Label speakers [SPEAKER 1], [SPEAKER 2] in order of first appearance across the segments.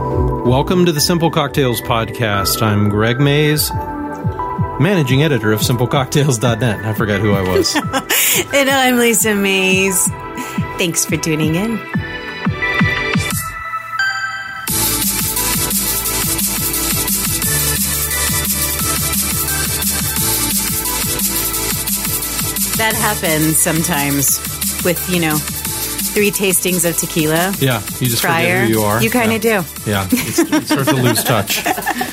[SPEAKER 1] Welcome to the Simple Cocktails Podcast. I'm Greg Mays, managing editor of simplecocktails.net. I forgot who I was.
[SPEAKER 2] And I'm Lisa Mays. Thanks for tuning in. That happens sometimes with, you know, three tastings of tequila
[SPEAKER 1] yeah, you just
[SPEAKER 2] prior.
[SPEAKER 1] forget who you are.
[SPEAKER 2] kind
[SPEAKER 1] yeah.
[SPEAKER 2] of do.
[SPEAKER 1] Yeah, it's, it starts to lose touch.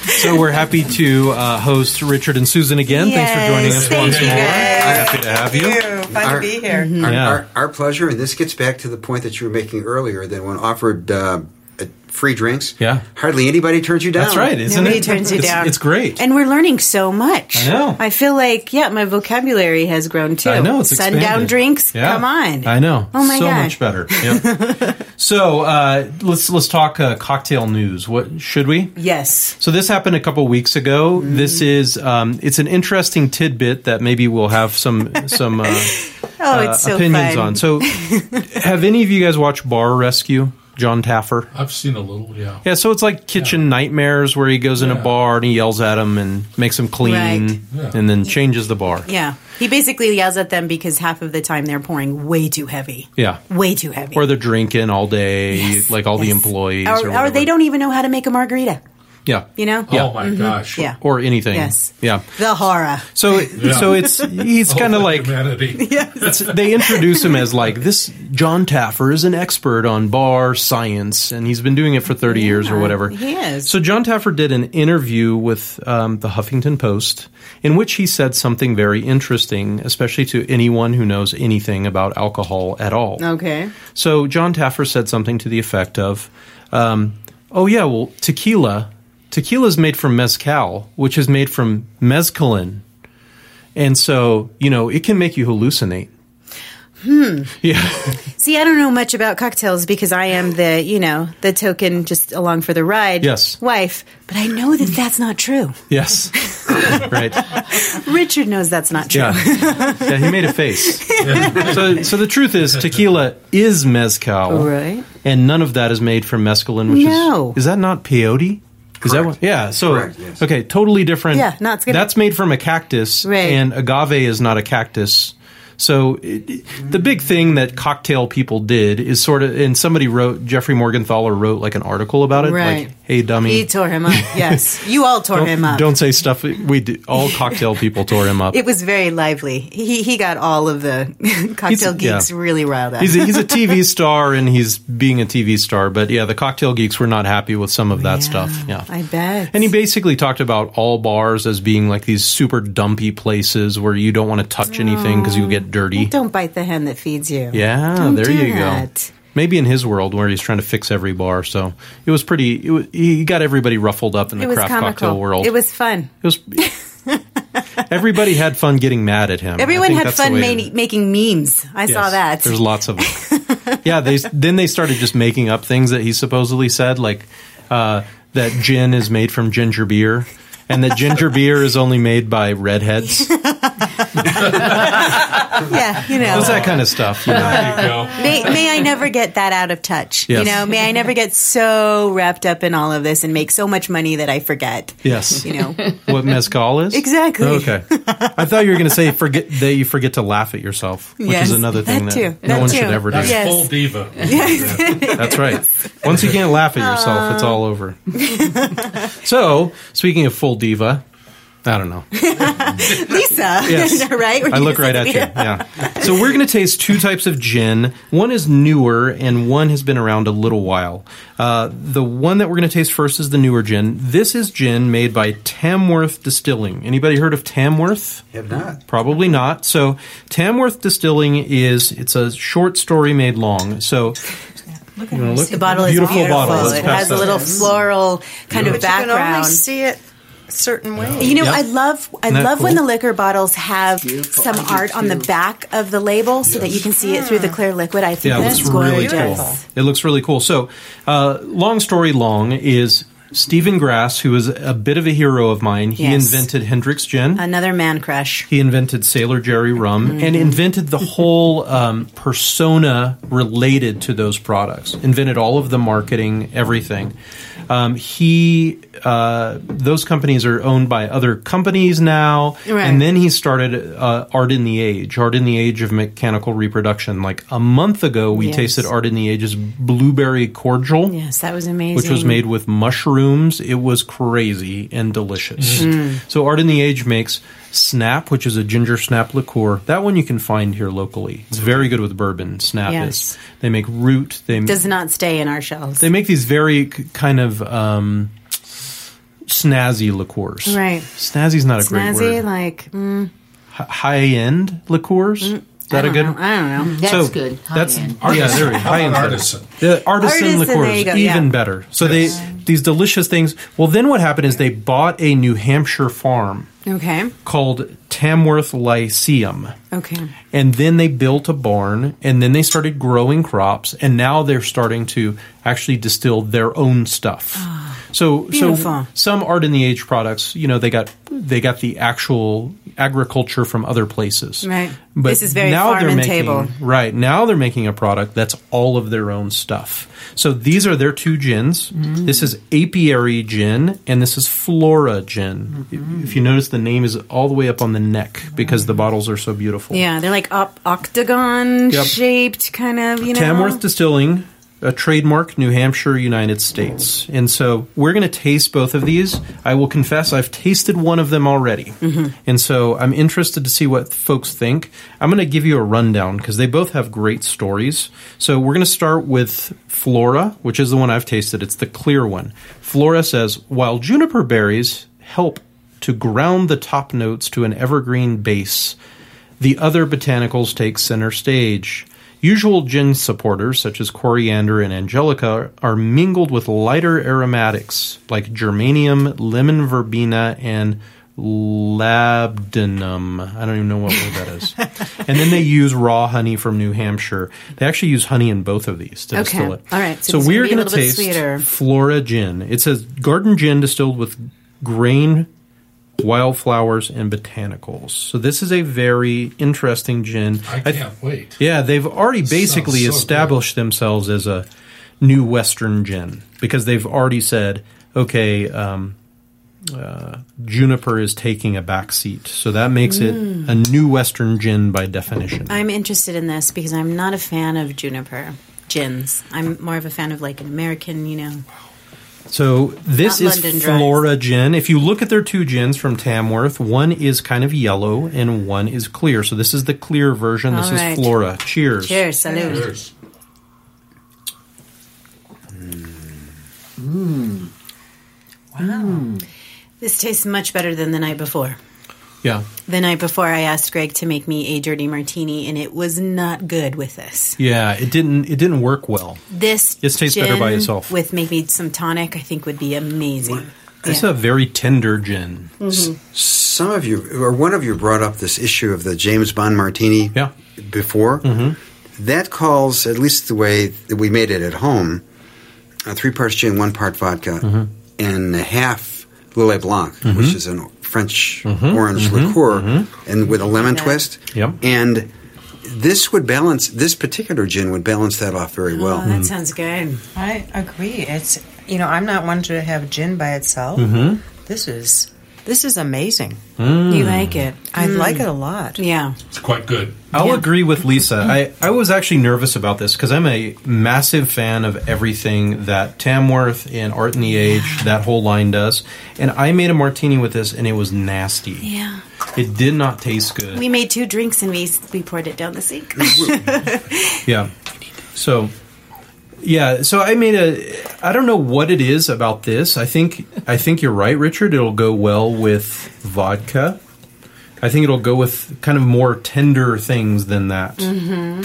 [SPEAKER 1] So we're happy to uh, host Richard and Susan again. Thanks for joining
[SPEAKER 2] Yes,
[SPEAKER 1] us
[SPEAKER 2] thank
[SPEAKER 1] once
[SPEAKER 2] you
[SPEAKER 1] more.
[SPEAKER 2] guys.
[SPEAKER 1] Happy to have you.
[SPEAKER 3] Fun
[SPEAKER 4] Our-
[SPEAKER 3] to be here.
[SPEAKER 4] Our,
[SPEAKER 1] Yeah.
[SPEAKER 4] our, our pleasure, and this gets back to the point that you were making earlier that when offered uh, uh, free drinks,
[SPEAKER 1] Yeah.
[SPEAKER 4] hardly anybody turns you down.
[SPEAKER 1] That's right, isn't
[SPEAKER 2] Nobody
[SPEAKER 1] it?
[SPEAKER 2] turns you
[SPEAKER 1] It's-
[SPEAKER 2] down.
[SPEAKER 1] It's great.
[SPEAKER 2] And we're learning so much.
[SPEAKER 1] I know.
[SPEAKER 2] I feel like, yeah, my vocabulary has grown too.
[SPEAKER 1] I know it's
[SPEAKER 2] Sundown
[SPEAKER 1] expanded.
[SPEAKER 2] drinks.
[SPEAKER 1] Yeah.
[SPEAKER 2] Come on.
[SPEAKER 1] I know.
[SPEAKER 2] Oh my
[SPEAKER 1] so
[SPEAKER 2] God.
[SPEAKER 1] much better. Yep. so uh, let's let's talk uh, cocktail news. What should we?
[SPEAKER 2] Yes.
[SPEAKER 1] So this happened a couple weeks ago. This
[SPEAKER 2] Mm.
[SPEAKER 1] is um, it's an interesting tidbit that maybe we'll have some some uh,
[SPEAKER 2] Oh,
[SPEAKER 1] uh,
[SPEAKER 2] it's so
[SPEAKER 1] opinions
[SPEAKER 2] fun.
[SPEAKER 1] on. So have any of you guys watched Bar Rescue? John Taffer.
[SPEAKER 5] I've seen a little, yeah.
[SPEAKER 1] Yeah, so it's like kitchen nightmares where he goes in
[SPEAKER 5] Yeah.
[SPEAKER 1] a bar and he yells at them and makes them clean
[SPEAKER 2] Right.
[SPEAKER 5] Yeah.
[SPEAKER 1] and then changes the bar.
[SPEAKER 2] yeah. He basically yells at them because half of the time they're pouring way too heavy.
[SPEAKER 1] Yeah.
[SPEAKER 2] Way too heavy.
[SPEAKER 1] Or they're drinking all day,
[SPEAKER 2] Yes,
[SPEAKER 1] like all the
[SPEAKER 2] yes.
[SPEAKER 1] employees.
[SPEAKER 2] or, or they
[SPEAKER 1] whatever.
[SPEAKER 2] don't even know how to make a margarita,
[SPEAKER 1] Yeah.
[SPEAKER 2] you know?
[SPEAKER 1] Yeah.
[SPEAKER 5] Oh my gosh.
[SPEAKER 2] Mm-hmm. Yeah.
[SPEAKER 1] Or anything.
[SPEAKER 2] Yes.
[SPEAKER 1] Yeah.
[SPEAKER 2] The horror.
[SPEAKER 1] So so it's he's
[SPEAKER 5] Oh,
[SPEAKER 1] kind of
[SPEAKER 5] the
[SPEAKER 1] like
[SPEAKER 5] humanity.
[SPEAKER 1] it's, they introduce him as like this John Taffer is an expert on bar science and he's been doing it for 30 years or whatever.
[SPEAKER 2] he is.
[SPEAKER 1] So John Taffer did an interview with um, the Huffington Post in which he said something very interesting, especially to anyone who knows anything about alcohol at all.
[SPEAKER 2] Okay.
[SPEAKER 1] So John Taffer said something to the effect of, um, "Oh yeah, well tequila, tequila is made from mezcal, which is made from mezcalin, and so you know it can make you hallucinate." Hmm. Yeah.
[SPEAKER 2] See, I don't know much about cocktails because I am the, you know, the token just along for the ride
[SPEAKER 1] Yes.
[SPEAKER 2] wife, but I know that that's not true.
[SPEAKER 1] yes. right.
[SPEAKER 2] Richard knows that's not true.
[SPEAKER 1] Yeah. Yeah. He made a face. so, so the truth is, tequila is mezcal,
[SPEAKER 2] Right.
[SPEAKER 1] And none of that is made from mescaline, which
[SPEAKER 2] No.
[SPEAKER 1] is is that not peyote? Is that
[SPEAKER 4] Correct.
[SPEAKER 1] what? Yeah. So
[SPEAKER 4] Correct, yes.
[SPEAKER 1] okay, totally different.
[SPEAKER 2] Yeah, no, it's gonna-
[SPEAKER 1] that's made from a cactus,
[SPEAKER 2] Right.
[SPEAKER 1] and agave is not a cactus. So it, it- the big thing that cocktail people did is sort of, and somebody wrote Jeffrey Morgenthaler wrote like an article about it,
[SPEAKER 2] Right.
[SPEAKER 1] like, "Hey, dummy,
[SPEAKER 2] He tore him up. Yes. You all tore
[SPEAKER 1] don't,
[SPEAKER 2] him up.
[SPEAKER 1] don't say stuff." We do, all cocktail people tore him up.
[SPEAKER 2] It was very lively. He he got all of the cocktail
[SPEAKER 1] He's- yeah.
[SPEAKER 2] geeks really riled up.
[SPEAKER 1] he's a, he's a TV star and he's being a TV star, but yeah, the cocktail geeks were not happy with some of that stuff. Yeah,
[SPEAKER 2] I bet.
[SPEAKER 1] And he basically talked about all bars as being like these super dumpy places where you don't want to touch anything because you get dirty.
[SPEAKER 2] Oh, don't bite the hand that feeds you.
[SPEAKER 1] Yeah,
[SPEAKER 2] Don't
[SPEAKER 1] there
[SPEAKER 2] do
[SPEAKER 1] you
[SPEAKER 2] that.
[SPEAKER 1] go. Maybe in his world where he's trying to fix every bar, so it was pretty. It was, he got everybody ruffled up in the
[SPEAKER 2] It was
[SPEAKER 1] craft
[SPEAKER 2] comical.
[SPEAKER 1] cocktail world.
[SPEAKER 2] It was fun.
[SPEAKER 1] It was. everybody had fun getting mad at him. I
[SPEAKER 2] Everyone
[SPEAKER 1] think
[SPEAKER 2] had
[SPEAKER 1] that's the
[SPEAKER 2] fun
[SPEAKER 1] way
[SPEAKER 2] mani-
[SPEAKER 1] to-
[SPEAKER 2] making memes. I saw
[SPEAKER 1] Yes,
[SPEAKER 2] that.
[SPEAKER 1] There's lots of them. yeah, they then they started just making up things that he supposedly said, like uh, that gin is made from ginger beer, and that ginger beer is only made by redheads. It
[SPEAKER 2] yeah, you know.
[SPEAKER 1] was that kind of stuff. You know?
[SPEAKER 5] There you go.
[SPEAKER 2] may, may I never get that out of touch. You
[SPEAKER 1] Yes.
[SPEAKER 2] know, may I never get so wrapped up in all of this and make so much money that I forget.
[SPEAKER 1] Yes.
[SPEAKER 2] You know,
[SPEAKER 1] What mezcal is
[SPEAKER 2] Exactly.
[SPEAKER 1] Okay, I thought you were going to say forget that you forget to laugh at yourself, which
[SPEAKER 2] Yes,
[SPEAKER 1] is another thing
[SPEAKER 2] that
[SPEAKER 1] that,
[SPEAKER 2] too,
[SPEAKER 1] no
[SPEAKER 2] that
[SPEAKER 1] one
[SPEAKER 2] too.
[SPEAKER 1] should ever do.
[SPEAKER 5] That's
[SPEAKER 2] Yes.
[SPEAKER 5] full diva.
[SPEAKER 1] That's right. Once you can't laugh at yourself,
[SPEAKER 2] Uh.
[SPEAKER 1] it's all over. so, speaking of full diva, I don't know.
[SPEAKER 2] Lisa,
[SPEAKER 1] Yes.
[SPEAKER 2] right? We're
[SPEAKER 1] I look
[SPEAKER 2] just-
[SPEAKER 1] right at you.
[SPEAKER 2] yeah.
[SPEAKER 1] Yeah. So we're going to taste two types of gin. One is newer, and one has been around a little while. Uh, the one that we're going to taste first is the newer gin. This is gin made by Tamworth Distilling. Anybody heard of Tamworth?
[SPEAKER 4] Have not.
[SPEAKER 1] Probably not. So Tamworth Distilling is it's a short story made long. So you wanna look?
[SPEAKER 2] The bottle is
[SPEAKER 1] beautiful,
[SPEAKER 2] beautiful.
[SPEAKER 1] bottle. Let's
[SPEAKER 2] It
[SPEAKER 1] pass
[SPEAKER 2] has a
[SPEAKER 1] that.
[SPEAKER 2] little floral kind of
[SPEAKER 3] Mm. But you can only
[SPEAKER 2] background.
[SPEAKER 3] see it certain ways.
[SPEAKER 2] You know,
[SPEAKER 1] Yep.
[SPEAKER 2] I love I
[SPEAKER 1] Isn't that
[SPEAKER 2] love when
[SPEAKER 1] cool?
[SPEAKER 2] the liquor bottles have some art on the back of the label so that you can see it through the
[SPEAKER 3] Mm.
[SPEAKER 2] clear liquid. I think
[SPEAKER 1] Yeah, it
[SPEAKER 2] that's
[SPEAKER 1] looks really
[SPEAKER 2] gorgeous.
[SPEAKER 1] cool. It looks really cool. So, uh, long story long is Stephen Grass, who is a bit of a hero of mine, he
[SPEAKER 2] Yes.
[SPEAKER 1] invented Hendrix Gin.
[SPEAKER 2] Another man crush.
[SPEAKER 1] He invented Sailor Jerry rum and invented the whole um, persona related to those products. Invented all of the marketing, everything. Um, he uh, those companies are owned by other companies now,
[SPEAKER 2] Right.
[SPEAKER 1] and then he started uh, Art in the Age, Art in the Age of Mechanical Reproduction. Like a month ago, we
[SPEAKER 2] Yes.
[SPEAKER 1] tasted Art in the Age's blueberry cordial
[SPEAKER 2] Yes, that was amazing.
[SPEAKER 1] which was made with mushrooms. It was crazy and delicious.
[SPEAKER 2] Mm-hmm.
[SPEAKER 1] Mm-hmm. So Art in the Age makes Snap, which is a ginger snap liqueur. That one you can find here locally. It's very good with bourbon. Snap
[SPEAKER 2] Yes.
[SPEAKER 1] is. They make root. They
[SPEAKER 2] does not stay in our shelves.
[SPEAKER 1] they make these very k- kind of um, snazzy liqueurs.
[SPEAKER 2] Right.
[SPEAKER 1] Snazzy's not a great
[SPEAKER 2] Snazzy,
[SPEAKER 1] word.
[SPEAKER 2] like mm,
[SPEAKER 1] High end liqueurs. Is
[SPEAKER 2] I
[SPEAKER 1] that a
[SPEAKER 2] don't
[SPEAKER 1] good?
[SPEAKER 2] know. I don't know.
[SPEAKER 5] That's
[SPEAKER 1] so
[SPEAKER 5] good.
[SPEAKER 6] Oh,
[SPEAKER 5] High
[SPEAKER 1] that's
[SPEAKER 5] end.
[SPEAKER 1] yeah, there we go. High end
[SPEAKER 6] Artisan.
[SPEAKER 1] The artisan,
[SPEAKER 2] Artisan,
[SPEAKER 1] liqueurs,
[SPEAKER 2] there you go,
[SPEAKER 1] even
[SPEAKER 2] yeah.
[SPEAKER 1] better. So they these delicious things. Well, then what happened is they bought a New Hampshire farm
[SPEAKER 2] Okay.
[SPEAKER 1] called Tamworth Lyceum,
[SPEAKER 2] Okay.
[SPEAKER 1] and then they built a barn, and then they started growing crops, and now they're starting to actually distill their own stuff. So, so
[SPEAKER 2] Ah, Beautiful.
[SPEAKER 1] some art in the age products, you know, they got they got the actual agriculture from other places.
[SPEAKER 2] Right. This is very farm and
[SPEAKER 1] making,
[SPEAKER 2] table.
[SPEAKER 1] Right. Now they're making a product that's all of their own stuff. So these are their two gins.
[SPEAKER 2] Mm-hmm.
[SPEAKER 1] This is Apiary Gin and this is Flora Gin.
[SPEAKER 2] Mm-hmm.
[SPEAKER 1] If you notice, the name is all the way up on the neck because the bottles are so beautiful.
[SPEAKER 2] Yeah, they're like op- octagon
[SPEAKER 1] Yep.
[SPEAKER 2] shaped, kind of. You know.
[SPEAKER 1] Tamworth Distilling, a trademark, New Hampshire, United States. And so we're going to taste both of these. I will confess, I've tasted one of them already.
[SPEAKER 2] Mm-hmm.
[SPEAKER 1] And so I'm interested to see what folks think. I'm going to give you a rundown because they both have great stories. So we're going to start with Flora, which is the one I've tasted. It's the clear one. Flora says, while juniper berries help to ground the top notes to an evergreen base, the other botanicals take center stage. Usual gin supporters, such as coriander and angelica, are mingled with lighter aromatics like germanium, lemon verbena, and labdanum. I don't even know what word that is. and then they use raw honey from New Hampshire. They actually use honey in both of these to
[SPEAKER 2] Okay.
[SPEAKER 1] distill it.
[SPEAKER 2] All right. So
[SPEAKER 1] So,
[SPEAKER 2] it's gonna
[SPEAKER 1] we're
[SPEAKER 2] be a
[SPEAKER 1] going to
[SPEAKER 2] little bit
[SPEAKER 1] taste
[SPEAKER 2] sweeter.
[SPEAKER 1] Flora gin. It says garden gin distilled with grain wildflowers and botanicals. So this is a very interesting gin.
[SPEAKER 6] I
[SPEAKER 1] I-
[SPEAKER 6] can't wait.
[SPEAKER 1] yeah, they've already basically
[SPEAKER 6] so good.
[SPEAKER 1] established themselves as a new Western gin because they've already said, okay, um, uh, juniper is taking a back seat. So that makes it
[SPEAKER 2] Mm.
[SPEAKER 1] a new Western gin by definition.
[SPEAKER 2] I'm interested in this because I'm not a fan of juniper gins. I'm more of a fan of like an American, you know.
[SPEAKER 1] So this
[SPEAKER 2] Not
[SPEAKER 1] is
[SPEAKER 2] London dries.
[SPEAKER 1] Flora Gin. If you look at their two gins from Tamworth, one is kind of yellow and one is clear. So this is the clear version. This
[SPEAKER 2] All
[SPEAKER 1] is
[SPEAKER 2] right.
[SPEAKER 1] Flora. Cheers.
[SPEAKER 2] Cheers, salud.
[SPEAKER 6] There's-
[SPEAKER 2] This tastes much better than the night before.
[SPEAKER 1] Yeah.
[SPEAKER 2] The night before, I asked Greg to make me a dirty martini, and it was not good with this.
[SPEAKER 1] Yeah, it didn't it didn't work well.
[SPEAKER 2] This
[SPEAKER 1] This tastes better by
[SPEAKER 2] gin
[SPEAKER 1] itself.
[SPEAKER 2] With maybe some tonic, I think would be amazing.
[SPEAKER 1] It's
[SPEAKER 2] Yeah.
[SPEAKER 1] a very tender gin.
[SPEAKER 4] Some of you, or one of you, brought up this issue of the James Bond martini
[SPEAKER 1] Yeah.
[SPEAKER 4] before.
[SPEAKER 1] Mm-hmm.
[SPEAKER 4] That calls, at least the way that we made it at home, uh, three parts gin, one part vodka,
[SPEAKER 1] Mm-hmm.
[SPEAKER 4] and a half Lillet Blanc, which is a French orange liqueur, and with a lemon
[SPEAKER 2] that.
[SPEAKER 4] twist.
[SPEAKER 1] Mm-hmm. Yep.
[SPEAKER 4] And this would balance, this particular gin would balance that off very well.
[SPEAKER 2] Oh,
[SPEAKER 1] Mm.
[SPEAKER 2] that sounds good.
[SPEAKER 3] I agree. It's you know I'm not one to have gin by itself.
[SPEAKER 1] Mm-hmm.
[SPEAKER 3] This is this is amazing.
[SPEAKER 1] Mm.
[SPEAKER 2] You like it?
[SPEAKER 3] I like it a lot.
[SPEAKER 2] Yeah.
[SPEAKER 6] It's quite good.
[SPEAKER 1] I'll agree with Lisa. I, I was actually nervous about this because I'm a massive fan of everything that Tamworth and Art in the Age, that whole line does. And I made a martini with this and it was nasty.
[SPEAKER 2] Yeah.
[SPEAKER 1] It did not taste good.
[SPEAKER 2] We made two drinks and we we poured it down the sink.
[SPEAKER 1] Yeah. So, yeah. So I made a. I don't know what it is about this. I think I think you're right, Richard. It'll go well with vodka. I think it'll go with kind of more tender things than that. Mm-hmm.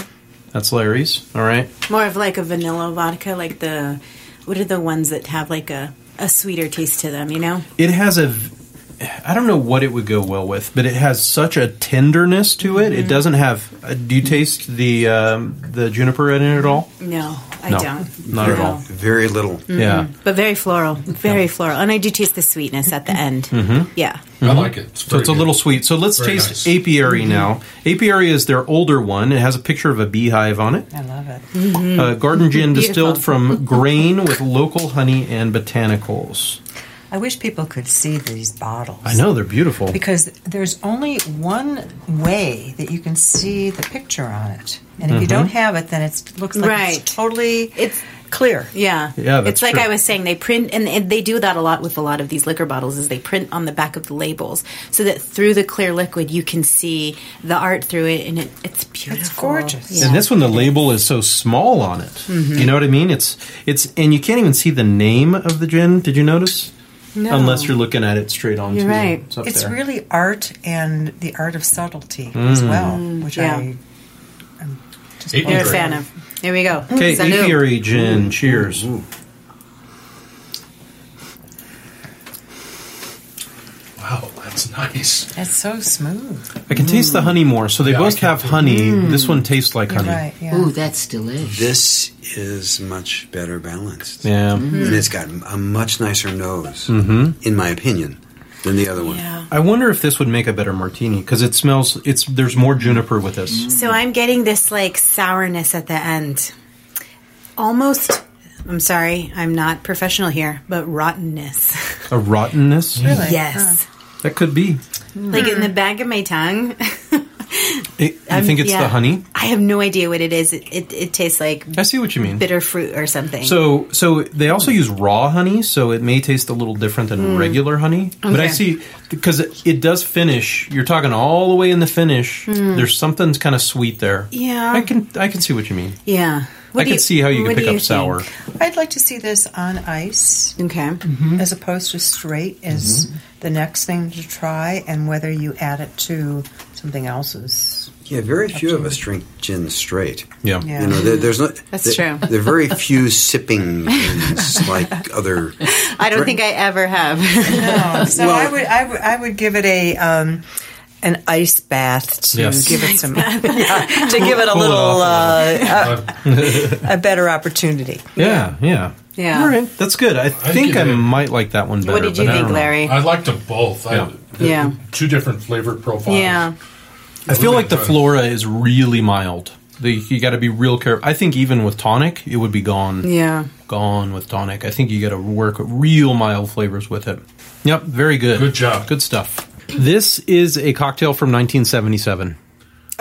[SPEAKER 1] That's Larry's. All right.
[SPEAKER 2] More of like a vanilla vodka, like the what are the ones that have like a a sweeter taste to them, you know?
[SPEAKER 1] It has a. v- I don't know what it would go well with, but it has such a tenderness to it. It doesn't have. Uh, do you taste the um, the juniper in it at all?
[SPEAKER 2] No, I I
[SPEAKER 1] No,
[SPEAKER 2] don't.
[SPEAKER 1] not at
[SPEAKER 2] No.
[SPEAKER 1] all.
[SPEAKER 4] Very little.
[SPEAKER 2] Mm.
[SPEAKER 1] Yeah.
[SPEAKER 2] But very floral, very floral, and I do taste the sweetness at the end.
[SPEAKER 1] Mm-hmm.
[SPEAKER 2] Yeah,
[SPEAKER 5] I like it. It's
[SPEAKER 1] So
[SPEAKER 5] very
[SPEAKER 1] it's a
[SPEAKER 5] good.
[SPEAKER 1] little sweet. So let's
[SPEAKER 5] Very
[SPEAKER 1] taste
[SPEAKER 5] nice.
[SPEAKER 1] apiary
[SPEAKER 3] Mm-hmm.
[SPEAKER 1] now. Apiary is their older one. It has a picture of a beehive on it.
[SPEAKER 3] I love it.
[SPEAKER 1] Uh, garden gin
[SPEAKER 2] Beautiful.
[SPEAKER 1] distilled from grain with local honey and botanicals.
[SPEAKER 3] I wish people could see these bottles.
[SPEAKER 1] I know they're beautiful.
[SPEAKER 3] Because there's only one way that you can see the picture on it. And if you don't
[SPEAKER 1] Mm-hmm.
[SPEAKER 3] have it, then it looks like
[SPEAKER 2] Right.
[SPEAKER 3] it's totally
[SPEAKER 2] It's-
[SPEAKER 3] clear.
[SPEAKER 2] yeah,
[SPEAKER 1] Yeah, that's
[SPEAKER 2] it's like
[SPEAKER 1] true.
[SPEAKER 2] I was saying, they print, and, and they do that a lot with a lot of these liquor bottles. Is they print on the back of the labels so that through the clear liquid you can see the art through it, and it, it's beautiful.
[SPEAKER 3] gorgeous.
[SPEAKER 2] Yeah.
[SPEAKER 1] And this one, the label is so small on it.
[SPEAKER 3] Mm-hmm.
[SPEAKER 1] You know what I mean? It's it's, and you can't even see the name of the gin. Did you notice?
[SPEAKER 3] No.
[SPEAKER 1] Unless you're looking at it straight on.
[SPEAKER 2] You're
[SPEAKER 1] to-
[SPEAKER 2] right.
[SPEAKER 1] up
[SPEAKER 3] It's
[SPEAKER 1] there. Mm.
[SPEAKER 3] really art and the art of subtlety as well, which
[SPEAKER 2] Yeah.
[SPEAKER 3] I, I'm just
[SPEAKER 5] Eight
[SPEAKER 2] You're a
[SPEAKER 5] Great.
[SPEAKER 2] fan of. There we go.
[SPEAKER 1] okay.
[SPEAKER 2] Salud.
[SPEAKER 1] Apiary gin.
[SPEAKER 5] Mm-hmm.
[SPEAKER 1] Cheers.
[SPEAKER 4] Ooh.
[SPEAKER 5] Wow, that's nice.
[SPEAKER 3] It's so smooth.
[SPEAKER 1] I can taste the honey more. So they
[SPEAKER 5] Yeah, I
[SPEAKER 1] both
[SPEAKER 5] can
[SPEAKER 1] have
[SPEAKER 5] too.
[SPEAKER 1] honey. This one tastes like
[SPEAKER 3] Mm. You're
[SPEAKER 1] honey.
[SPEAKER 3] right. Yeah.
[SPEAKER 6] Ooh, that's delicious.
[SPEAKER 4] This is much better balanced.
[SPEAKER 1] Yeah.
[SPEAKER 4] And it's got a much nicer nose,
[SPEAKER 1] Mm-hmm.
[SPEAKER 4] in my opinion, than the other one.
[SPEAKER 2] Yeah.
[SPEAKER 1] I wonder if this would make a better martini because it smells. It's there's more juniper with this.
[SPEAKER 2] So I'm getting this like sourness at the end. Almost, I'm sorry, I'm not professional here, but rottenness.
[SPEAKER 1] A rottenness.
[SPEAKER 3] Really?
[SPEAKER 2] yes.
[SPEAKER 1] That could be.
[SPEAKER 2] Like in the back of my tongue.
[SPEAKER 1] It, you
[SPEAKER 2] I'm-
[SPEAKER 1] think it's
[SPEAKER 2] Um, yeah.
[SPEAKER 1] the honey?
[SPEAKER 2] I have no idea what it is. It, it, it tastes like
[SPEAKER 1] I see what you mean.
[SPEAKER 2] bitter fruit or something.
[SPEAKER 1] So, so they also use raw honey, so it may taste a little different than regular honey. But I
[SPEAKER 2] Mm. Okay.
[SPEAKER 1] see because it, it does finish. You're talking all the way in the finish. There's something's kind of sweet there.
[SPEAKER 2] Mm. Yeah.
[SPEAKER 1] I can I can see what you mean.
[SPEAKER 2] yeah. What
[SPEAKER 1] I
[SPEAKER 2] do
[SPEAKER 1] can see how you
[SPEAKER 2] what
[SPEAKER 1] can
[SPEAKER 2] do
[SPEAKER 1] pick up
[SPEAKER 2] think?
[SPEAKER 1] sour. Mm-hmm.
[SPEAKER 3] I'd like to see this on ice
[SPEAKER 2] Okay.
[SPEAKER 3] as opposed to straight as the next thing to try, and whether you add it to something else's.
[SPEAKER 4] Yeah, very few of us drink gin straight.
[SPEAKER 1] Yeah.
[SPEAKER 3] Yeah.
[SPEAKER 4] You know, there, there's no.
[SPEAKER 2] That's
[SPEAKER 4] there-
[SPEAKER 2] true.
[SPEAKER 4] There are very few sipping gins like other.
[SPEAKER 2] I don't think I ever have.
[SPEAKER 3] No, Oh, so
[SPEAKER 4] Well-
[SPEAKER 3] I would, I would, I would give it a um, an ice bath to
[SPEAKER 1] Yes.
[SPEAKER 3] give it some, yeah, to give it a
[SPEAKER 1] Cool it
[SPEAKER 3] little
[SPEAKER 1] off
[SPEAKER 3] uh, a, a better opportunity.
[SPEAKER 1] Yeah, yeah,
[SPEAKER 2] Yeah.
[SPEAKER 1] All right, that's good. I, think
[SPEAKER 5] give
[SPEAKER 1] I
[SPEAKER 5] it-
[SPEAKER 1] might like that one better.
[SPEAKER 2] what did you
[SPEAKER 1] but I
[SPEAKER 2] think,
[SPEAKER 1] don't know.
[SPEAKER 2] Larry?
[SPEAKER 5] I liked them both.
[SPEAKER 1] Yeah.
[SPEAKER 5] I,
[SPEAKER 2] Yeah.
[SPEAKER 5] Two different flavor profiles.
[SPEAKER 2] yeah.
[SPEAKER 1] I feel like the
[SPEAKER 5] Really good.
[SPEAKER 1] flora is really mild. The, you got to be real careful. I think even with tonic, it would be gone.
[SPEAKER 2] Yeah.
[SPEAKER 1] gone with tonic. I think you got to work real mild flavors with it. Yep, very good.
[SPEAKER 5] Good job.
[SPEAKER 1] Good stuff. This is a cocktail from 1977. I-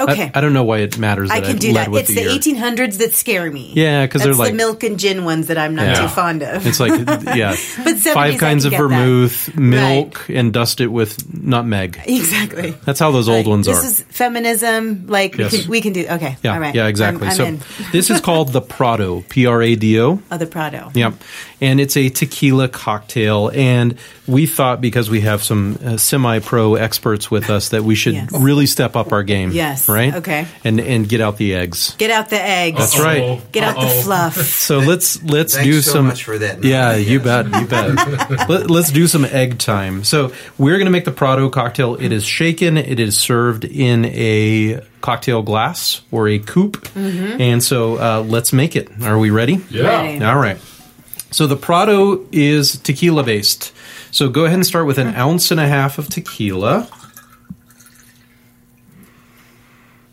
[SPEAKER 2] Okay.
[SPEAKER 1] I, don't know why it matters that
[SPEAKER 2] I
[SPEAKER 1] I,
[SPEAKER 2] can do
[SPEAKER 1] led
[SPEAKER 2] that.
[SPEAKER 1] with
[SPEAKER 2] It's
[SPEAKER 1] the,
[SPEAKER 2] the
[SPEAKER 1] year.
[SPEAKER 2] 1800s that scare me.
[SPEAKER 1] Yeah, 'cause they're
[SPEAKER 2] That's
[SPEAKER 1] like-
[SPEAKER 2] the milk and gin ones that I'm not
[SPEAKER 1] Yeah.
[SPEAKER 2] too fond of.
[SPEAKER 1] It's like yeah,
[SPEAKER 2] But 70s, I
[SPEAKER 1] five
[SPEAKER 2] can
[SPEAKER 1] kinds of
[SPEAKER 2] get that.
[SPEAKER 1] vermouth, milk, and dust it with nutmeg.
[SPEAKER 2] exactly.
[SPEAKER 1] That's how those old
[SPEAKER 2] Like,
[SPEAKER 1] ones
[SPEAKER 2] this
[SPEAKER 1] are.
[SPEAKER 2] is feminism. Like
[SPEAKER 1] Yes.
[SPEAKER 2] we, can, we can do. Okay.
[SPEAKER 1] yeah,
[SPEAKER 2] All right.
[SPEAKER 1] yeah, exactly.
[SPEAKER 2] I'm, I'm
[SPEAKER 1] so
[SPEAKER 2] in.
[SPEAKER 1] this is called the Prado, P R A D O.
[SPEAKER 2] Other Prado.
[SPEAKER 1] Yep. And it's a tequila cocktail. And we thought because we have some uh, semi pro experts with us that we should
[SPEAKER 2] Yes.
[SPEAKER 1] really step up our game.
[SPEAKER 2] Yes.
[SPEAKER 1] Right?
[SPEAKER 2] Okay.
[SPEAKER 1] And and get out the eggs.
[SPEAKER 2] Get out the eggs.
[SPEAKER 1] That's right.
[SPEAKER 2] Get out the fluff.
[SPEAKER 1] So let's let's
[SPEAKER 4] Thanks
[SPEAKER 1] do
[SPEAKER 4] so
[SPEAKER 1] some
[SPEAKER 4] much for that.
[SPEAKER 1] Yeah, you
[SPEAKER 4] Yes.
[SPEAKER 1] bet, you bet. Let, let's do some egg time. So we're going to make the Prado cocktail. It is shaken. It is served in a cocktail glass or a coupe.
[SPEAKER 2] Mm-hmm.
[SPEAKER 1] And so uh, let's make it. Are we ready?
[SPEAKER 5] Yeah.
[SPEAKER 2] Right.
[SPEAKER 1] All right. So the Prado is tequila based. So go ahead and start with an
[SPEAKER 2] Hmm.
[SPEAKER 1] ounce and a half of tequila.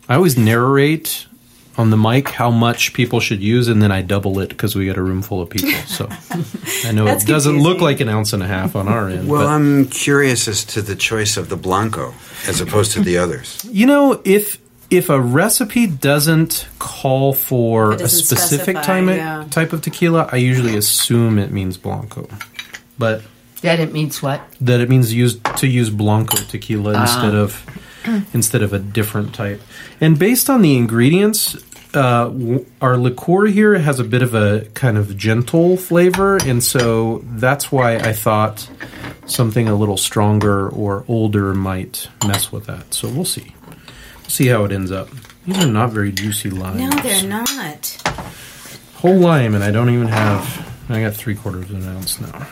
[SPEAKER 1] I always narrate on the mic how much people should use, and then I double it because we got a room full of people. So I know
[SPEAKER 2] That's
[SPEAKER 1] it doesn't look
[SPEAKER 2] confusing. um,
[SPEAKER 1] like an ounce and a half on our end.
[SPEAKER 4] Well,
[SPEAKER 1] but-
[SPEAKER 4] I'm curious as to the choice of the Blanco as opposed to the others.
[SPEAKER 1] you know if if a recipe doesn't call for
[SPEAKER 2] It
[SPEAKER 1] a
[SPEAKER 2] doesn't
[SPEAKER 1] specific
[SPEAKER 2] specify,
[SPEAKER 1] time
[SPEAKER 2] yeah.
[SPEAKER 1] type of tequila, I usually assume it means blanco, but
[SPEAKER 6] That it means what?
[SPEAKER 1] that it means use to use blanco tequila
[SPEAKER 2] Ah.
[SPEAKER 1] instead of instead of a different type. And based on the ingredients, uh, w- our liqueur here has a bit of a kind of gentle flavor, and so that's why I thought something a little stronger or older might mess with that. So we'll see. We'll see how it ends up. These are not very juicy limes.
[SPEAKER 2] No, they're not.
[SPEAKER 1] Whole lime, and I don't even have. I got three quarters of an ounce now.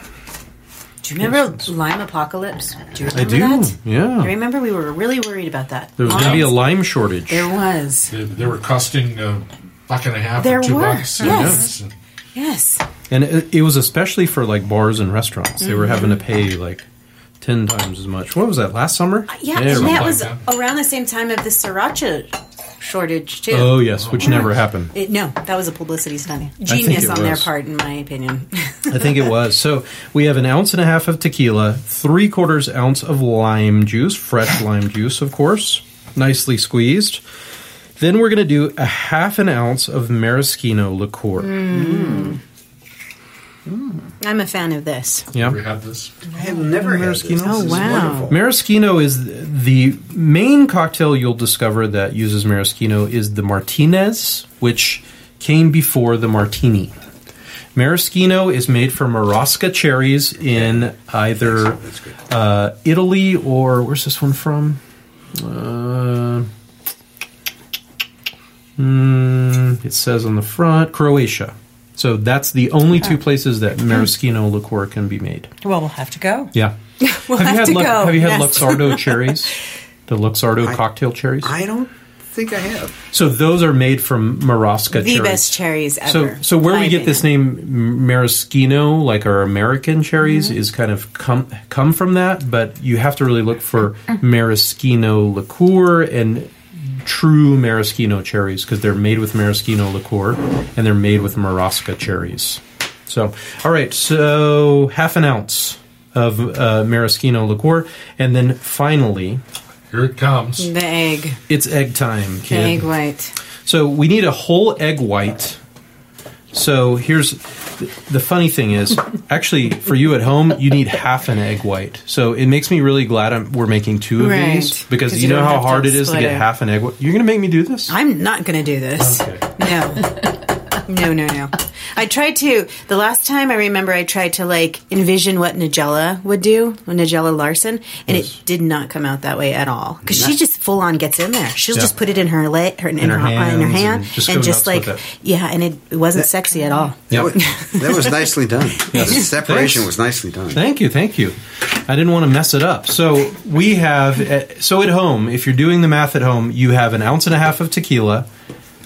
[SPEAKER 2] Do you remember Lime Apocalypse? Do you remember
[SPEAKER 1] I do.
[SPEAKER 2] that? I
[SPEAKER 1] Yeah.
[SPEAKER 2] remember we were really worried about that.
[SPEAKER 1] There was going to be a
[SPEAKER 2] Limes?
[SPEAKER 1] lime shortage.
[SPEAKER 2] There was.
[SPEAKER 5] They, they were costing uh, buck and a half
[SPEAKER 2] There
[SPEAKER 5] or two
[SPEAKER 2] were,
[SPEAKER 5] bucks.
[SPEAKER 2] yes.
[SPEAKER 5] And-
[SPEAKER 2] Yes.
[SPEAKER 1] And it, it was especially for like bars and restaurants. They were
[SPEAKER 2] Mm-hmm.
[SPEAKER 1] having to pay like ten times as much. What was that last summer?
[SPEAKER 2] Uh, Yeah, and
[SPEAKER 1] right.
[SPEAKER 2] that was
[SPEAKER 5] like
[SPEAKER 2] around the same time of the sriracha shortage too.
[SPEAKER 1] oh yes, which never happened.
[SPEAKER 2] It- no, that was a publicity stunt.
[SPEAKER 1] think
[SPEAKER 2] Genius
[SPEAKER 1] it
[SPEAKER 2] on their
[SPEAKER 1] was.
[SPEAKER 2] part, in my opinion.
[SPEAKER 1] I think it was. So we have an ounce and a half of tequila, three quarters ounce of lime juice, fresh lime juice, of course, nicely squeezed. Then we're going to do a half an ounce of maraschino liqueur.
[SPEAKER 2] Mm. I'm a fan of this.
[SPEAKER 1] Yeah.
[SPEAKER 5] We had this.
[SPEAKER 4] I have never had this.
[SPEAKER 1] Maraschino?
[SPEAKER 4] This is
[SPEAKER 2] Oh, wow.
[SPEAKER 4] wonderful.
[SPEAKER 1] Maraschino is the main cocktail you'll discover that uses maraschino is the Martinez, which came before the martini. Maraschino is made from Marasca cherries in either
[SPEAKER 4] That's good.
[SPEAKER 1] uh, Italy or where's this one from? Uh, mm, it says on the front Croatia. So that's the only two places that maraschino liqueur can be made.
[SPEAKER 3] Well, we'll have to go.
[SPEAKER 1] Yeah.
[SPEAKER 2] We'll
[SPEAKER 1] you
[SPEAKER 2] have
[SPEAKER 1] had
[SPEAKER 2] to
[SPEAKER 1] Lu-
[SPEAKER 2] go.
[SPEAKER 1] Have you had
[SPEAKER 2] Yes.
[SPEAKER 1] Luxardo cherries? The Luxardo cocktail cherries.
[SPEAKER 4] I don't think I have.
[SPEAKER 1] so those are made from Marasca
[SPEAKER 2] The
[SPEAKER 1] cherries.
[SPEAKER 2] best cherries ever.
[SPEAKER 1] So, so where
[SPEAKER 2] my
[SPEAKER 1] we get this
[SPEAKER 2] opinion.
[SPEAKER 1] name M- maraschino, like our American cherries,
[SPEAKER 2] Mm-hmm.
[SPEAKER 1] is kind of come come from that. But you have to really look for maraschino liqueur and true maraschino cherries because they're made with maraschino liqueur and they're made with Marasca cherries. So, all right, so half an ounce of uh, maraschino liqueur, and then finally,
[SPEAKER 5] Here it comes.
[SPEAKER 2] The egg.
[SPEAKER 1] it's egg time,
[SPEAKER 2] The
[SPEAKER 1] kid.
[SPEAKER 2] egg white.
[SPEAKER 1] So we need a whole egg white. So here's th- the funny thing is, actually, for you at home, you need half an egg white. So it makes me really glad I'm, we're making two of
[SPEAKER 2] Right,
[SPEAKER 1] these because
[SPEAKER 2] 'cause
[SPEAKER 1] you,
[SPEAKER 2] you
[SPEAKER 1] know
[SPEAKER 2] don't
[SPEAKER 1] how
[SPEAKER 2] have to
[SPEAKER 1] hard it is to
[SPEAKER 2] split
[SPEAKER 1] get
[SPEAKER 2] it.
[SPEAKER 1] half an egg white. You're going to make me do this?
[SPEAKER 2] I'm not going to do this.
[SPEAKER 1] okay.
[SPEAKER 2] No. No, no, no. I tried to. The last time I remember, I tried to like envision what Nigella would do, Nigella Larson, and
[SPEAKER 1] Yes.
[SPEAKER 2] it did not come out that way at all. Because she just full on gets in there. She'll
[SPEAKER 1] Yeah.
[SPEAKER 2] just put it in her leg, her, in,
[SPEAKER 1] her
[SPEAKER 2] her, in
[SPEAKER 1] hands
[SPEAKER 2] her hand,
[SPEAKER 1] and just
[SPEAKER 2] and
[SPEAKER 1] go nuts
[SPEAKER 2] just like,
[SPEAKER 1] with
[SPEAKER 2] yeah. And it, it wasn't sexy at all.
[SPEAKER 1] Yep.
[SPEAKER 4] That, was, that was nicely done. The separation
[SPEAKER 1] Thanks.
[SPEAKER 4] was nicely done.
[SPEAKER 1] Thank you, thank you. I didn't want to mess it up. So we have uh, so at home. If you're doing the math at home, you have an ounce and a half of tequila,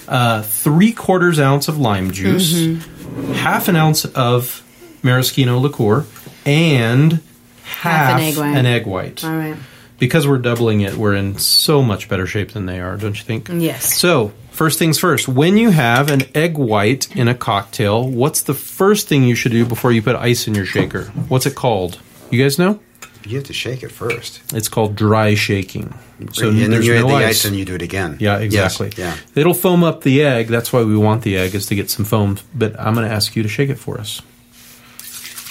[SPEAKER 1] uh, three quarters ounce of lime juice,
[SPEAKER 2] Mm-hmm.
[SPEAKER 1] half an ounce of maraschino liqueur, and half,
[SPEAKER 2] an egg white.
[SPEAKER 1] an egg white.
[SPEAKER 2] All right.
[SPEAKER 1] Because we're doubling it, we're in so much better shape than they are, don't you think?
[SPEAKER 2] Yes.
[SPEAKER 1] So, first things first, when you have an egg white in a cocktail, what's the first thing you should do before you put ice in your shaker? What's it called? You guys know?
[SPEAKER 4] You have to shake it first.
[SPEAKER 1] It's called dry shaking. So
[SPEAKER 4] and then
[SPEAKER 1] there's
[SPEAKER 4] you add
[SPEAKER 1] no
[SPEAKER 4] the ice.
[SPEAKER 1] ice.
[SPEAKER 4] and you do it again.
[SPEAKER 1] yeah, exactly.
[SPEAKER 4] Yes, yeah.
[SPEAKER 1] It'll foam up the egg. That's why we want the egg is to get some foam, but I'm going to ask you to shake it for us.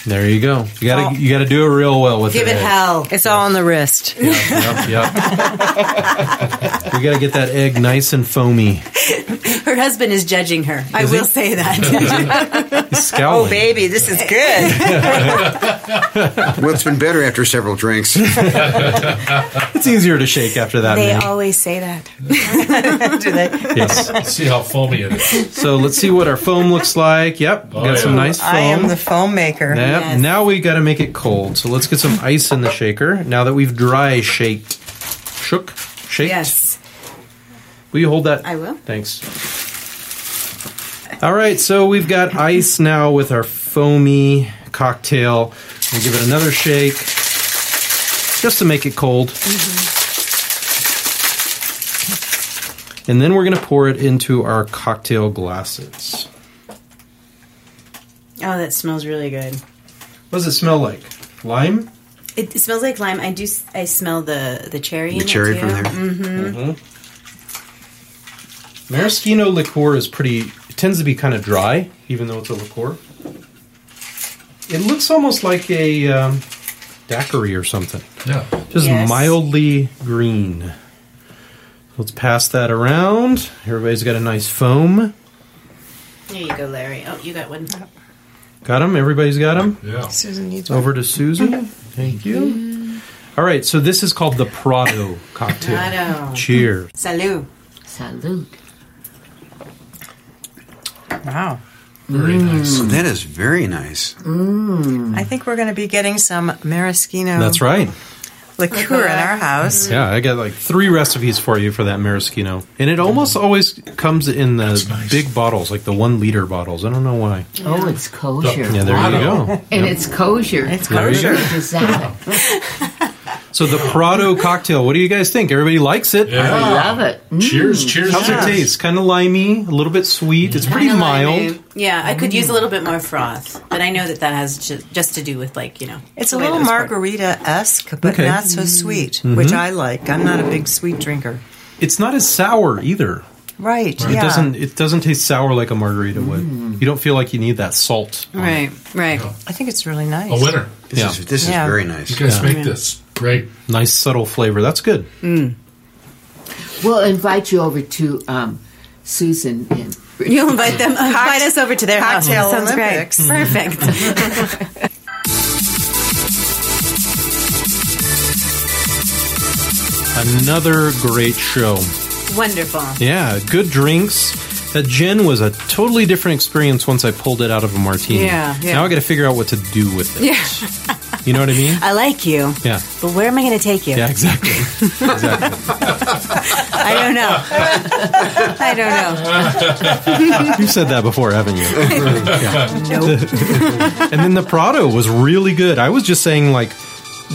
[SPEAKER 1] There you go. You got to
[SPEAKER 3] Oh.
[SPEAKER 1] you got to do it real well with
[SPEAKER 2] Give
[SPEAKER 1] the
[SPEAKER 2] it
[SPEAKER 1] egg.
[SPEAKER 2] hell.
[SPEAKER 3] It's all on the wrist.
[SPEAKER 1] Yep, yep. we got to get that egg nice and foamy.
[SPEAKER 2] Her husband is judging her. I
[SPEAKER 1] Is
[SPEAKER 2] will
[SPEAKER 1] he?
[SPEAKER 2] say that. Oh,
[SPEAKER 1] He's scowling.
[SPEAKER 3] this is good.
[SPEAKER 4] Well, it's been better after several drinks.
[SPEAKER 1] It's easier to shake after that.
[SPEAKER 2] they
[SPEAKER 1] man.
[SPEAKER 2] always say that.
[SPEAKER 3] Do they?
[SPEAKER 1] yes.
[SPEAKER 5] See how foamy it is.
[SPEAKER 1] So let's see what our foam looks like. Yep, got
[SPEAKER 5] yeah.
[SPEAKER 1] some nice foam.
[SPEAKER 3] I am the foam maker.
[SPEAKER 1] Yep,
[SPEAKER 2] Yes.
[SPEAKER 1] Now we got to make it cold. So let's get some ice in the shaker. Now that we've dry shaked, shook, shaked.
[SPEAKER 2] Yes.
[SPEAKER 1] Will you hold that?
[SPEAKER 2] I will.
[SPEAKER 1] Thanks. All right, so we've got ice now with our foamy cocktail. We'll give it another shake just to make it cold. And then we're going to pour it into our cocktail glasses.
[SPEAKER 2] Oh, that smells really good.
[SPEAKER 1] What does it smell like? Lime?
[SPEAKER 2] It, it smells like lime. I do. s- I smell the the cherry.
[SPEAKER 4] the
[SPEAKER 2] in it,
[SPEAKER 4] cherry from
[SPEAKER 2] too. Mm-hmm. Mm.
[SPEAKER 4] there.
[SPEAKER 1] Mm-hmm. Maraschino liqueur is pretty. It tends to be kind of dry, even though it's a liqueur. It looks almost like a um, daiquiri or something,
[SPEAKER 5] Yeah.
[SPEAKER 1] just
[SPEAKER 2] Yes.
[SPEAKER 1] mildly green. Let's pass that around. Everybody's got a nice foam.
[SPEAKER 2] There you go, Larry. Oh, you got one.
[SPEAKER 1] Got them. Everybody's got them.
[SPEAKER 5] Yeah.
[SPEAKER 3] Susan needs one.
[SPEAKER 1] Over to Susan. Thank you. All right, so this is called the Prado cocktail.
[SPEAKER 2] Prado.
[SPEAKER 1] Cheers.
[SPEAKER 2] Salud.
[SPEAKER 6] Salute.
[SPEAKER 3] Wow.
[SPEAKER 5] Very nice.
[SPEAKER 4] That is very nice.
[SPEAKER 3] I think we're going to be getting some maraschino
[SPEAKER 1] That's right.
[SPEAKER 7] liqueur in our house.
[SPEAKER 1] Yeah, I got like three recipes for you for that maraschino, and it almost always comes in the
[SPEAKER 5] That's nice.
[SPEAKER 1] big bottles, like the one liter bottles. I don't know why.
[SPEAKER 6] Oh, it's kosher.
[SPEAKER 1] Yeah, there you go.
[SPEAKER 6] And it's kosher. It's
[SPEAKER 1] There you go. So the Prado cocktail. What do you guys think? Everybody likes it.
[SPEAKER 5] Yeah.
[SPEAKER 6] I love it. Mm.
[SPEAKER 5] Cheers, cheers,
[SPEAKER 1] How's
[SPEAKER 5] cheers.
[SPEAKER 1] it taste? Kind of limey, a little bit sweet. It's pretty
[SPEAKER 2] Kinda
[SPEAKER 1] mild.
[SPEAKER 2] limey. Yeah, I could use a little bit more froth, but I know that that has ju- just to do with like you know.
[SPEAKER 7] It's
[SPEAKER 2] the
[SPEAKER 7] a
[SPEAKER 2] way
[SPEAKER 7] little
[SPEAKER 2] that part-
[SPEAKER 7] margarita esque, but
[SPEAKER 1] Okay. Mm-hmm.
[SPEAKER 7] not so sweet, which I like. I'm not a big sweet drinker.
[SPEAKER 1] It's not as sour either.
[SPEAKER 7] Right?
[SPEAKER 1] It
[SPEAKER 7] Yeah.
[SPEAKER 1] doesn't. It doesn't taste sour like a margarita would.
[SPEAKER 2] Mm.
[SPEAKER 1] You don't feel like you need that salt.
[SPEAKER 2] Right, right.
[SPEAKER 7] I think it's really nice.
[SPEAKER 5] A winner.
[SPEAKER 4] This
[SPEAKER 1] Yeah.
[SPEAKER 4] is this is
[SPEAKER 7] Yeah.
[SPEAKER 4] very
[SPEAKER 5] You
[SPEAKER 4] nice.
[SPEAKER 5] guys make this. Great.
[SPEAKER 1] Nice subtle flavor. That's good.
[SPEAKER 6] We'll invite you over to um, Susan and
[SPEAKER 2] You'll invite them. uh, invite us over to their
[SPEAKER 7] Cocktail
[SPEAKER 2] house. Sounds
[SPEAKER 7] Olympics.
[SPEAKER 2] great. Perfect.
[SPEAKER 1] Another great show.
[SPEAKER 2] Wonderful.
[SPEAKER 1] Yeah, good drinks. That gin was a totally different experience once I pulled it out of a martini.
[SPEAKER 2] Yeah, yeah.
[SPEAKER 1] Now I got to figure out what to do with it. you know what I mean?
[SPEAKER 2] I like you,
[SPEAKER 1] Yeah.
[SPEAKER 2] but where am I going to take you?
[SPEAKER 1] Yeah, exactly. exactly.
[SPEAKER 2] I don't know. I don't know.
[SPEAKER 1] You've said that before, haven't you? Yeah. and then the Prado was really good. I was just saying, like,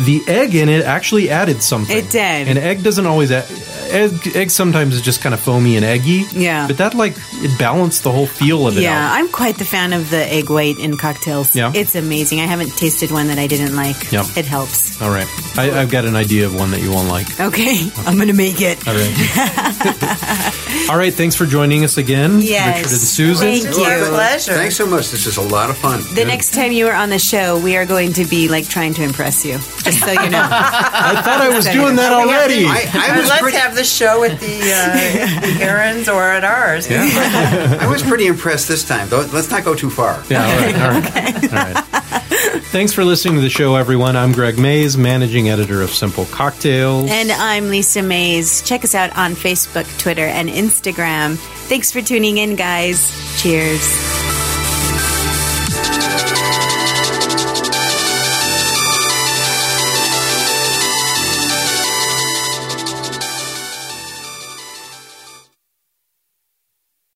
[SPEAKER 1] the egg in it actually added something.
[SPEAKER 2] It did.
[SPEAKER 1] And egg doesn't always add. Egg, egg sometimes is just kind of foamy and eggy.
[SPEAKER 2] Yeah.
[SPEAKER 1] But that, like, it balanced the whole feel of it
[SPEAKER 2] Yeah,
[SPEAKER 1] out.
[SPEAKER 2] I'm quite the fan of the egg white in cocktails.
[SPEAKER 1] Yeah.
[SPEAKER 2] It's amazing. I haven't tasted one that I didn't like.
[SPEAKER 1] Yeah.
[SPEAKER 2] It helps.
[SPEAKER 1] All right. I, I've got an idea of one that you won't like.
[SPEAKER 2] Okay, I'm going to make it.
[SPEAKER 1] All right. All right. Thanks for joining us again,
[SPEAKER 2] Yes.
[SPEAKER 1] Richard and Susan.
[SPEAKER 2] Thank you.
[SPEAKER 7] Our pleasure.
[SPEAKER 4] Thanks so much. This is a lot of fun.
[SPEAKER 2] The next time you are on the show, we are going to be like trying to impress you. Just so you know.
[SPEAKER 1] I thought I was doing that already.
[SPEAKER 4] I, I
[SPEAKER 7] And
[SPEAKER 4] was
[SPEAKER 7] let's
[SPEAKER 4] pretty,
[SPEAKER 7] have the show at the, uh, at the Herons or at ours.
[SPEAKER 4] I was pretty impressed this time. Though, let's not go too far.
[SPEAKER 1] Yeah. All right. All right. All right. Thanks for listening to the show, everyone. I'm Greg Mays, managing editor of Simple Cocktails.
[SPEAKER 2] and I'm Lisa Mays. Check us out on Facebook, Twitter, and Instagram. Thanks for tuning in, guys. Cheers.